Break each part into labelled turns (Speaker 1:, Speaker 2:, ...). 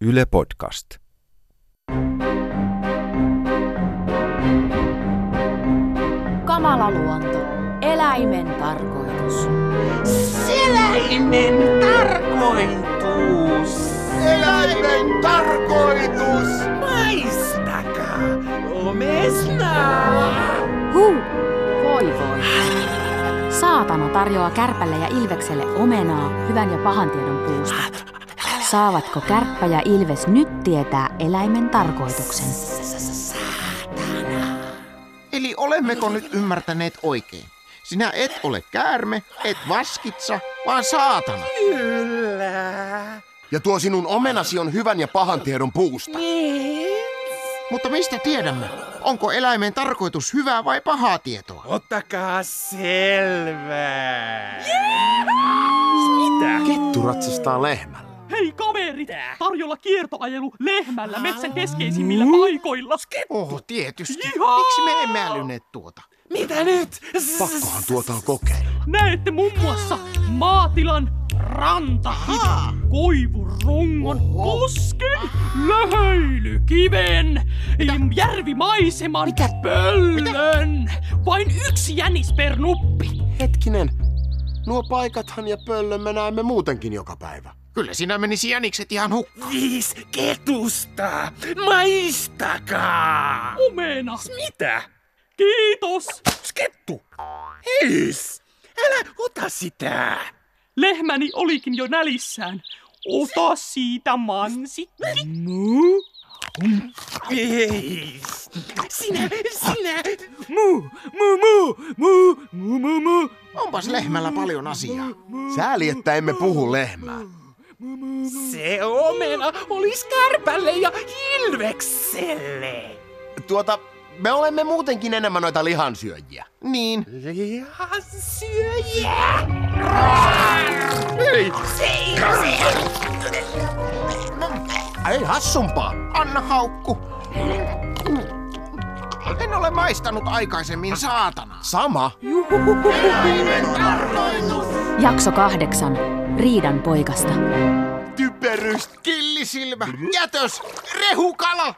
Speaker 1: Yle Podcast.
Speaker 2: Kamala luonto. Eläimen tarkoitus.
Speaker 3: Seläimen tarkoitus.
Speaker 4: Eläimen tarkoitus!
Speaker 3: Maistakaa omesnaa.
Speaker 2: Huu! Voi voi. Saatana tarjoaa kärpälle ja ilvekselle omenaa hyvän ja pahan tiedon puusta. Saavatko kärppä ja ilves nyt tietää eläimen tarkoituksen?
Speaker 4: Eli olemmeko nyt ymmärtäneet oikein? Sinä et ole käärme, et vaskitsa, vaan saatana.
Speaker 3: Kyllä.
Speaker 4: Ja tuo sinun omenasi on hyvän ja pahan tiedon puusta.
Speaker 3: Niin.
Speaker 4: Mutta mistä tiedämme? Onko eläimen tarkoitus hyvää vai pahaa tietoa?
Speaker 3: Ottakaa selvää. Mitä?
Speaker 4: Kettu ratsastaa lehmällä.
Speaker 5: Hei kaverit! Tarjolla kiertoajelu lehmällä metsän keskeisimmillä paikoilla.
Speaker 4: Oho, Oh, tietysti.
Speaker 5: Jaa!
Speaker 4: Miksi me emme älyneet tuota?
Speaker 3: Mitä nyt?
Speaker 4: Pakkohan tuota on kokeilla.
Speaker 5: Näette muun muassa maatilan rantakiven, koivurungon, kosken, löhöilykiven, järvimaiseman, Mitä? pöllön. Vain yksi jänis per nuppi.
Speaker 4: Hetkinen. Nuo paikathan ja pöllön me näemme muutenkin joka päivä. Kyllä sinä menisi jänikset ihan hukkaan.
Speaker 3: Viis ketusta. Maistakaa.
Speaker 5: Omena.
Speaker 3: Mitä?
Speaker 5: Kiitos.
Speaker 3: Skettu! Hys! Älä ota sitä!
Speaker 5: Lehmäni olikin jo nälissään. Ota siitä mansikki. No?
Speaker 3: Ei! Sinä, sinä!
Speaker 5: Mu, mu, mu, mu, mu, mu, mu.
Speaker 4: Onpas lehmällä paljon asiaa. Sääli, että emme puhu lehmää.
Speaker 3: Se omena olis kärpälle ja ilvekselle!
Speaker 4: Tuota, me olemme muutenkin enemmän noita lihansyöjiä. Niin.
Speaker 3: Lihansyöjä!
Speaker 4: Ei hassumpaa. Anna haukku. En ole maistanut aikaisemmin saatana. Sama.
Speaker 2: Jakso kahdeksan. Riidan poikasta.
Speaker 4: Typerys, killisilmä, jätös, rehukala,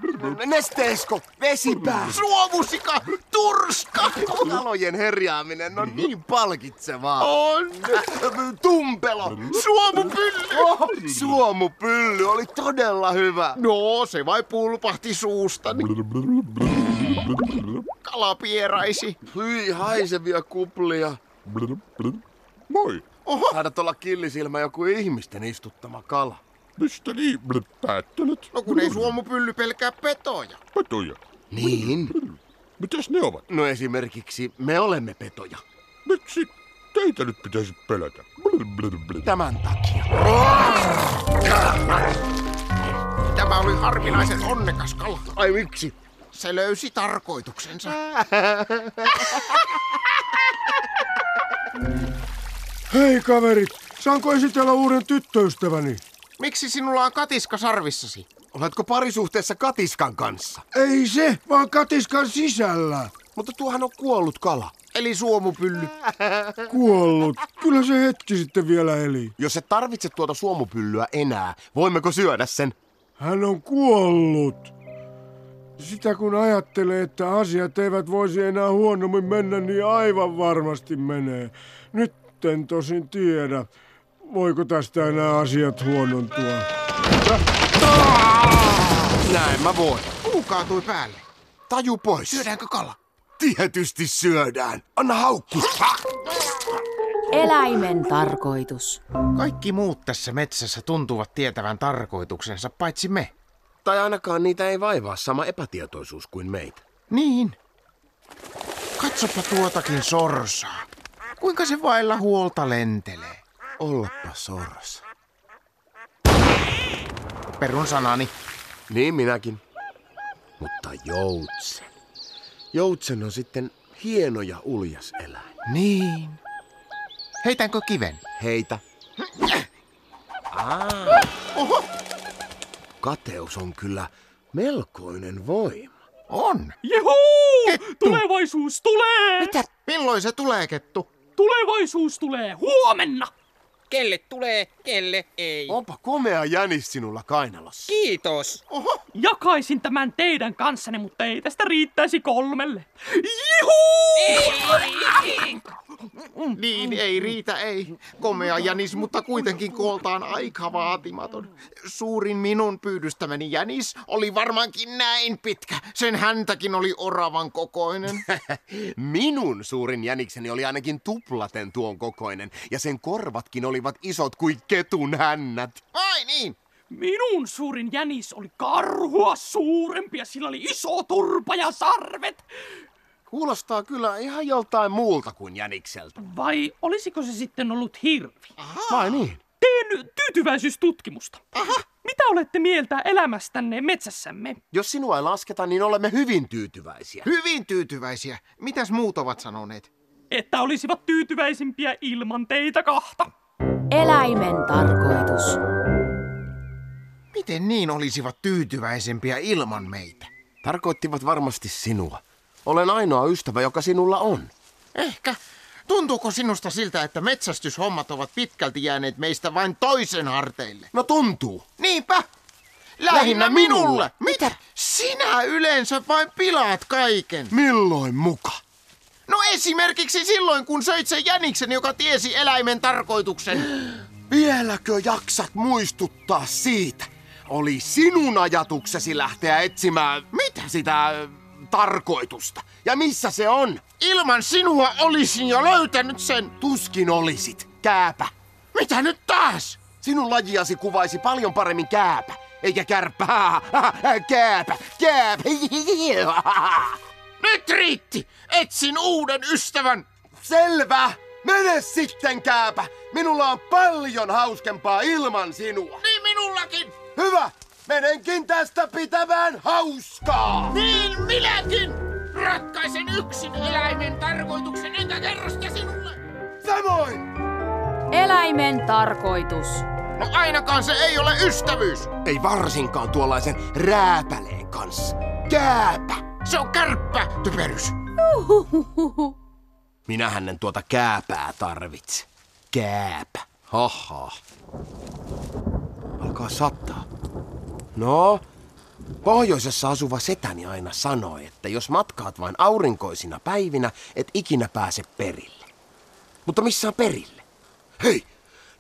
Speaker 4: nesteisko, vesipää, suomusika, turska. Kalojen herjaaminen on niin palkitsevaa. On. Tumpelo, suomupylly. Suomupylly oli todella hyvä. No, se vai niin pulpahti suustani. Kala pieraisi. Hyi, haisevia kuplia.
Speaker 6: Moi,
Speaker 4: Oho. Taidat olla killisilmä joku ihmisten istuttama kala.
Speaker 6: mistä niin päättelet?
Speaker 4: No kun ei suomupylly pelkää petoja.
Speaker 6: Petoja.
Speaker 4: Niin?
Speaker 6: Mitäs ne ovat?
Speaker 4: No esimerkiksi me olemme petoja.
Speaker 6: Miksi teitä nyt pitäisi pelätä? Blr, blr, blr.
Speaker 4: Tämän takia. Tämä oli harvinaisen onnekas kala. Ai miksi? Se löysi tarkoituksensa.
Speaker 7: Hei kaverit, saanko esitellä uuden tyttöystäväni?
Speaker 4: Miksi sinulla on katiska sarvissasi? Oletko parisuhteessa katiskan kanssa?
Speaker 7: Ei se, vaan katiskan sisällä.
Speaker 4: Mutta tuohan on kuollut kala. Eli suomupylly.
Speaker 7: Kuollut. Kyllä se hetki sitten vielä eli.
Speaker 4: Jos et tarvitse tuota suomupyllyä enää, voimmeko syödä sen?
Speaker 7: Hän on kuollut. Sitä kun ajattelee, että asiat eivät voisi enää huonommin mennä, niin aivan varmasti menee. Nyt en tosin tiedä, voiko tästä enää asiat huonontua.
Speaker 4: Näin mä voin. Kuu kaatui päälle. Taju pois. Syödäänkö kala? Tietysti syödään. Anna haukku.
Speaker 2: Eläimen tarkoitus.
Speaker 4: Kaikki muut tässä metsässä tuntuvat tietävän tarkoituksensa, paitsi me. Tai ainakaan niitä ei vaivaa sama epätietoisuus kuin meitä. Niin. Katsopa tuotakin sorsaa. Kuinka se vailla huolta lentelee? Ollapa sorsa. Perun sanani. Niin minäkin. Mutta joutsen. Joutsen on sitten hieno ja uljas eläin. Niin. Heitänkö kiven? Heitä. Oho. Kateus on kyllä melkoinen voima. On.
Speaker 5: Juhuu!
Speaker 4: Kettu.
Speaker 5: Tulevaisuus tulee!
Speaker 4: Milloin se tulee, Kettu?
Speaker 5: Tulevaisuus tulee huomenna!
Speaker 8: Kelle tulee, kelle ei.
Speaker 4: Onpa komea jänis sinulla kainalossa.
Speaker 8: Kiitos.
Speaker 5: Oho. Jakaisin tämän teidän kanssanne, mutta ei tästä riittäisi kolmelle. Juhu!
Speaker 9: Niin, ei riitä, ei. Komea jänis, mutta kuitenkin kooltaan aika vaatimaton. Suurin minun pyydystämäni jänis oli varmaankin näin pitkä. Sen häntäkin oli oravan kokoinen.
Speaker 4: Minun suurin jänikseni oli ainakin tuplaten tuon kokoinen, ja sen korvatkin olivat isot kuin ketun hännät.
Speaker 5: Ai niin! Minun suurin jänis oli karhua suurempi ja sillä oli iso turpa ja sarvet.
Speaker 4: Kuulostaa kyllä ihan joltain muulta kuin jänikseltä.
Speaker 5: Vai olisiko se sitten ollut hirvi? Aha.
Speaker 4: Vai niin?
Speaker 5: Teen tyytyväisyystutkimusta. Aha. Mitä olette mieltä elämästänne metsässämme?
Speaker 4: Jos sinua ei lasketa, niin olemme hyvin tyytyväisiä.
Speaker 9: Hyvin tyytyväisiä. Mitäs muut ovat sanoneet?
Speaker 5: Että olisivat tyytyväisimpiä ilman teitä kahta.
Speaker 2: Eläimen tarkoitus.
Speaker 9: Miten niin olisivat tyytyväisempiä ilman meitä?
Speaker 4: Tarkoittivat varmasti sinua. Olen ainoa ystävä, joka sinulla on.
Speaker 9: Ehkä. Tuntuuko sinusta siltä, että metsästyshommat ovat pitkälti jääneet meistä vain toisen harteille?
Speaker 4: No tuntuu.
Speaker 9: Niinpä. Lähinnä, Lähinnä minulle. minulle. Mitä? Sinä yleensä vain pilaat kaiken.
Speaker 4: Milloin muka?
Speaker 9: No esimerkiksi silloin, kun söit sen jäniksen, joka tiesi eläimen tarkoituksen.
Speaker 4: Vieläkö jaksat muistuttaa siitä? Oli sinun ajatuksesi lähteä etsimään... Mitä? Sitä äh, tarkoitusta. Ja missä se on?
Speaker 9: Ilman sinua olisin jo löytänyt sen.
Speaker 4: Tuskin olisit. Kääpä.
Speaker 9: Mitä nyt taas?
Speaker 4: Sinun lajiasi kuvaisi paljon paremmin kääpä. Eikä kärpää. Kääpä. Kääpä.
Speaker 9: Nyt riitti. Etsin uuden ystävän.
Speaker 4: Selvä. Mene sitten kääpä. Minulla on paljon hauskempaa ilman sinua.
Speaker 9: Niin minullakin.
Speaker 4: Hyvä. Menenkin tästä pitämään hauskaa!
Speaker 9: Niin minäkin! Ratkaisen yksin eläimen tarkoituksen, enkä kerro sitä sinulle!
Speaker 4: Samoin!
Speaker 2: Eläimen tarkoitus.
Speaker 9: No ainakaan se ei ole ystävyys!
Speaker 4: Ei varsinkaan tuollaisen rääpäleen kanssa. Kääpä!
Speaker 9: Se on kärppä, typerys!
Speaker 4: Uhuhuhu. Minähän en tuota kääpää tarvitse. Kääpä. Haha. Alkaa sattaa. No, pohjoisessa asuva setäni aina sanoi, että jos matkaat vain aurinkoisina päivinä, et ikinä pääse perille. Mutta missä on perille? Hei,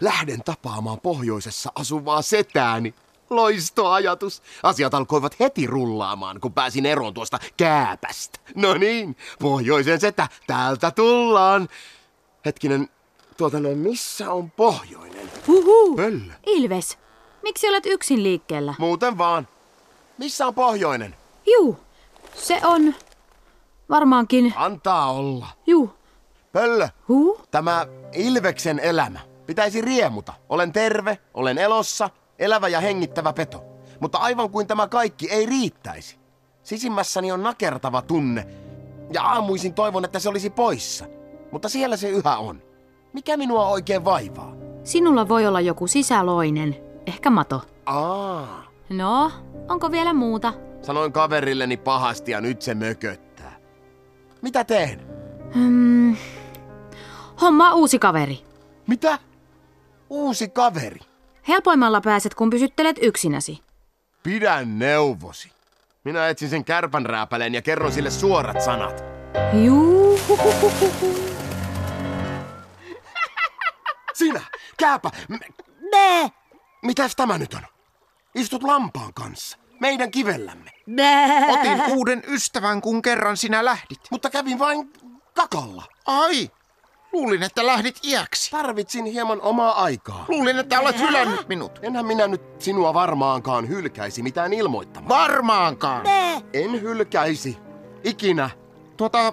Speaker 4: lähden tapaamaan pohjoisessa asuvaa setääni. Loistoajatus. Asiat alkoivat heti rullaamaan, kun pääsin eroon tuosta kääpästä. No niin, pohjoisen setä, täältä tullaan. Hetkinen, tuota no, missä on pohjoinen?
Speaker 2: Huhu.
Speaker 4: Pöllö.
Speaker 2: Ilves, Miksi olet yksin liikkeellä?
Speaker 4: Muuten vaan. Missä on pohjoinen?
Speaker 2: Juu, se on varmaankin...
Speaker 4: Antaa olla.
Speaker 2: Juu.
Speaker 4: Pöllö.
Speaker 2: Huu?
Speaker 4: Tämä Ilveksen elämä. Pitäisi riemuta. Olen terve, olen elossa, elävä ja hengittävä peto. Mutta aivan kuin tämä kaikki ei riittäisi. Sisimmässäni on nakertava tunne. Ja aamuisin toivon, että se olisi poissa. Mutta siellä se yhä on. Mikä minua oikein vaivaa?
Speaker 2: Sinulla voi olla joku sisäloinen, Ehkä mato.
Speaker 4: Aa.
Speaker 2: No, onko vielä muuta?
Speaker 4: Sanoin kaverilleni pahasti ja nyt se mököttää. Mitä teen?
Speaker 2: Hmm. Homma uusi kaveri.
Speaker 4: Mitä? Uusi kaveri?
Speaker 2: Helpoimmalla pääset, kun pysyttelet yksinäsi.
Speaker 4: Pidä neuvosi. Minä etsin sen kärpänrääpäleen ja kerron sille suorat sanat.
Speaker 2: Juu.
Speaker 4: Sinä, kääpä,
Speaker 10: me,
Speaker 4: Mitäs tämä nyt on? Istut lampaan kanssa, meidän kivellämme.
Speaker 10: Bää.
Speaker 9: Otin uuden ystävän, kun kerran sinä lähdit.
Speaker 4: Mutta kävin vain kakalla.
Speaker 9: Ai, luulin, että lähdit iäksi.
Speaker 4: Tarvitsin hieman omaa aikaa.
Speaker 9: Luulin, että olet hylännyt minut.
Speaker 4: Enhän minä nyt sinua varmaankaan hylkäisi mitään ilmoittamaan.
Speaker 9: Varmaankaan.
Speaker 10: Bää.
Speaker 4: En hylkäisi. Ikinä.
Speaker 9: Tuota,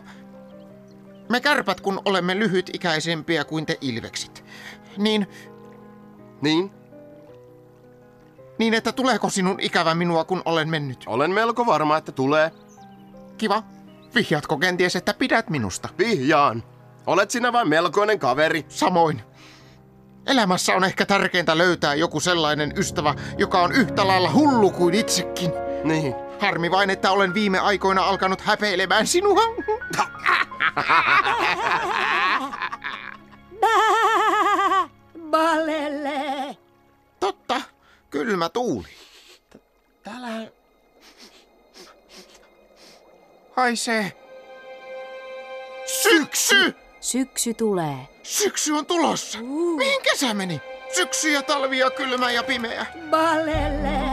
Speaker 9: me kärpät, kun olemme lyhytikäisempiä kuin te ilveksit. Niin...
Speaker 4: Niin?
Speaker 9: Niin, että tuleeko sinun ikävä minua, kun olen mennyt?
Speaker 4: Olen melko varma, että tulee.
Speaker 9: Kiva. Vihjatko kenties, että pidät minusta?
Speaker 4: Vihjaan. Olet sinä vain melkoinen kaveri.
Speaker 9: Samoin. Elämässä on ehkä tärkeintä löytää joku sellainen ystävä, joka on yhtä lailla hullu kuin itsekin.
Speaker 4: Niin.
Speaker 9: Harmi vain, että olen viime aikoina alkanut häpeilemään sinua.
Speaker 10: Bää. valelee.
Speaker 9: Totta, kylmä tuuli.
Speaker 10: Täällä
Speaker 9: Haisee. Syksy!
Speaker 2: Syksy tulee.
Speaker 9: Syksy on tulossa. Mihin kesä meni? Syksy ja talvi ja kylmä ja pimeä.
Speaker 10: valelee.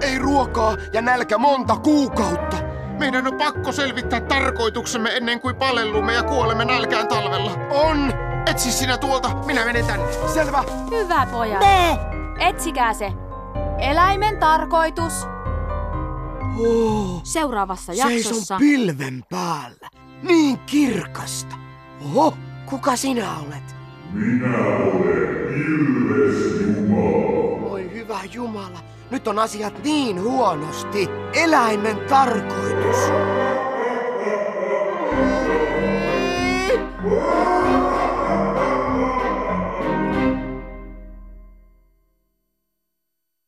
Speaker 9: Ei ruokaa ja nälkä monta kuukautta. Meidän on pakko selvittää tarkoituksemme ennen kuin palellumme ja kuolemme nälkään talvella. On! Etsi sinä tuolta, minä menen tänne. Selvä.
Speaker 2: Hyvä pojat.
Speaker 10: Me.
Speaker 2: Etsikää se. Eläimen tarkoitus.
Speaker 11: Oh,
Speaker 2: Seuraavassa
Speaker 11: seison
Speaker 2: jaksossa.
Speaker 11: pilven päällä. Niin kirkasta. Oho, kuka sinä olet?
Speaker 12: Minä olen Ilves Jumala.
Speaker 11: Voi hyvä Jumala, nyt on asiat niin huonosti. Eläimen tarkoitus.
Speaker 12: Wow!